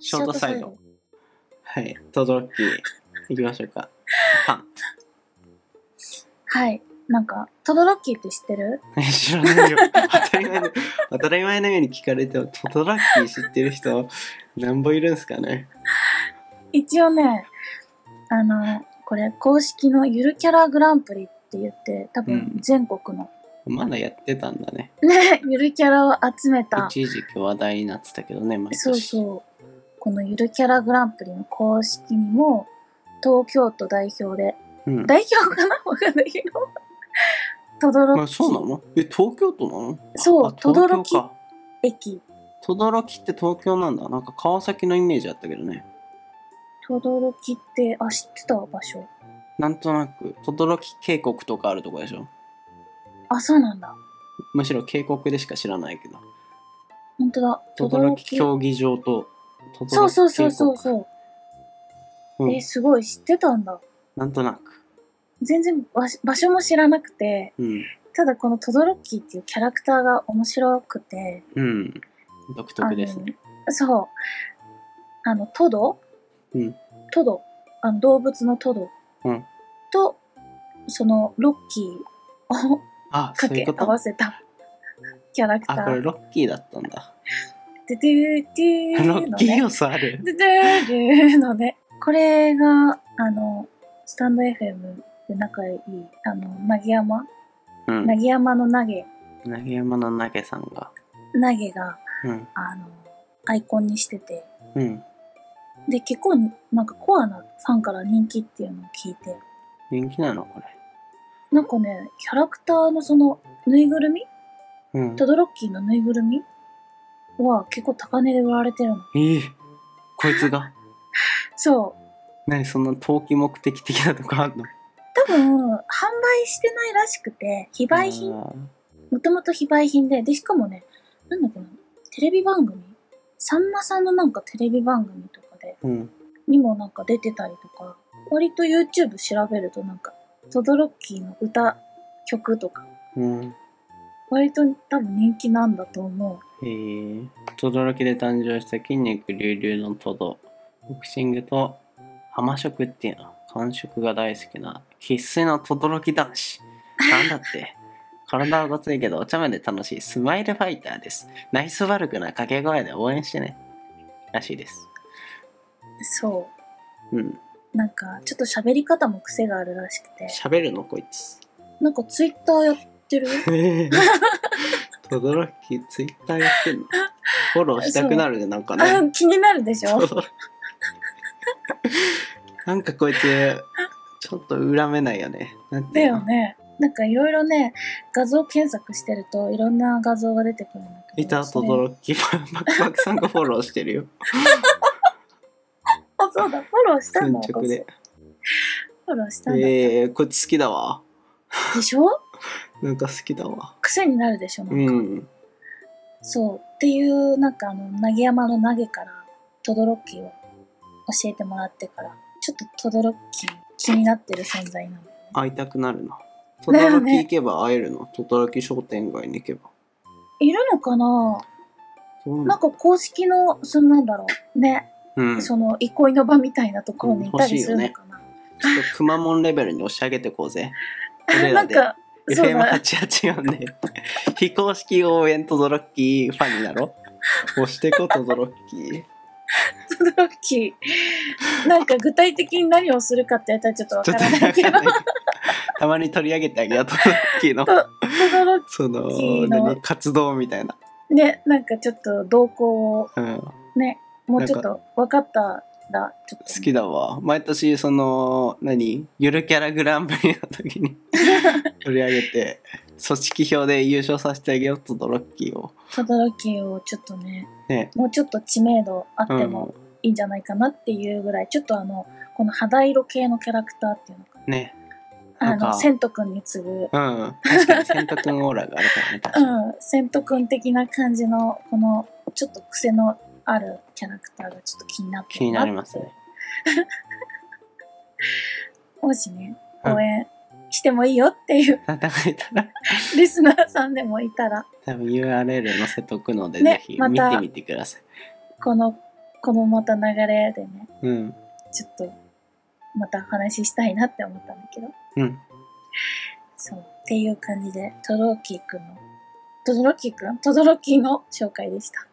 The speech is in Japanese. ショートサイド。はい。トドロッキー、いきましょうか。パン。はい。なんか、トドロッキーって知ってるえ 知らないよ。当たり前の、当たり前のように聞かれても、トドロッキー知ってる人、なんぼいるんすかね。一応ね、あの、これ、公式のゆるキャラグランプリって言って、多分うん全国の、 まだやってたんだね。ね、ゆるキャラを集めた、一時期話題になってたけどね、毎年。そうそう、このゆるキャラグランプリの公式にも、東京都代表で、うん。代表かなわかんないけど、 トドロまあ、ッキそうなのえ、東京都なのそうあ東京か。駅、とどろきって東京なんだ。なんか川崎のイメージあったけどね。トドロキって、あ、知ってた場所。なんとなく、とどろき渓谷とかあるとこでしょ。あ、そうなんだ。むしろ渓谷でしか知らないけど。本当だ。とどろき競技場と、とどそろうき渓谷。そうそうそうそう。うんえ、すごい知ってたんだ。なんとなく。全然わし場所も知らなくて、うん。ただこのトドロッキーっていうキャラクターが面白くて、うん。独特ですね。あのそう。あの、トドうんトド。あの、動物のトド。うんと、その、ロッキーをあ、そかういうこけ合とわせたキャラクタあ、これー。ロッキーだったんだ。ドゥドゥドゥーロのッキーね。要素ある。ドゥドゥドゥーのね。これが、あの、スタンド FM で仲いい、あの、なぎやまうん。なぎやまのなげ、投げ山の投げさんが。なげが、うん。あの、アイコンにしてて、うん。で、結構、なんかコアなファンから人気っていうのを聞いて、人気なのこなんかね、キャラクターのその、ぬいぐるみれ。うん。トドロッキーのぬいぐるみは結構高値で売られてるの。ええこいつが。そう。何そんな投機目的的なとこあんの多分、販売してないらしくて、非売品あーもともと非売品で、で、しかもね、なんだっけな、テレビ番組さんまさんのなんかテレビ番組とかで、うん。にもなんか出てたりとか、割と YouTube 調べるとなんか、トドロッキーの歌、曲とか、うん。割と多分人気なんだと思えー、とどろきで誕生した筋肉隆々のトド。ボクシングと浜食っていうの。感触が大好きな必須のとどろき男子。なんだって。体はごついけどお茶目で楽しいスマイルファイターです。ナイスバルクな掛け声で応援してね。らしいです。う。そうん。う。なんか、ちょっと喋り方も癖があるらしくて、喋るのこいつ。なんか Twitter やってる とどろきツイッターやってんのフォローしたくなるねなんかね あ気になるでしょそう なんかこいつちょっと恨めないよねなんてだいうのよね。なんかいろいろね、画像検索してるといろんな画像が出てくるんだけど。いたとそれどろ きマクマクさんがフォローしてるよあ、そうだ、フォローしたんだ、先着で私フォローしたんだ。えー、こいつ好きだわでしょなんか好きだわ癖になるでしょ、なんか。うんそう。っていう、なんかあの、投げ山の投げから、トドロッキーを教えてもらってから、ちょっとトドロッキー気になってる存在なんだよね。会いたくなるなとどだよろきね行けば会えるのとどろき商店街に行けばいるのかなそうななんか公式の、そのなんだろう、ね、うんちょその憩いの場みたいなところにいたりするのかな。っとくまモンレベルに押し上げてこう ぜ俺ならんでか、そうだ、 FM88 ね 非公式応援とどろっきファンになろう押してことどろっ きトドロッキー。なんか具体的に何をするかってやったらちょっとわちかょっとらないけど、わかんないたまに取り上げてあげようとどろっきのトドロッそのいいの何活動みたいな、キー、ね、なんかちょっと動向をうん、ね、もうちょっと分かったら、ちょっとね、好きだわ毎年その何ゆるキャラグランプリの時 に取り上げて組織票で優勝させてあげようとどろっきをトドロキをちょっとね、ねもうちょっと知名度あってうんもいいんじゃないかなっていうぐらい、ちょっとあの、この肌色系のキャラクターっていうのかねな。なあんかの、セント君に次ぐ、うん確かに千斗くんオーラがあるからね確かうに、ん、セント君的な感じの、この、ちょっと癖のあるキャラクターがちょっと気になって気になりますね。もしね、うん応援してもいいよっていう、 叩いたらリスナーさんでもいたら、多分 URL 載せとくので、ねぜひま見たてみてください。このこのまた流れでね、うん。ちょっと、また話したいなって思ったんだけど。うん。そう。っていう感じで、トドロッキーくんの、トドロッキーくんトドロッキーの紹介でした。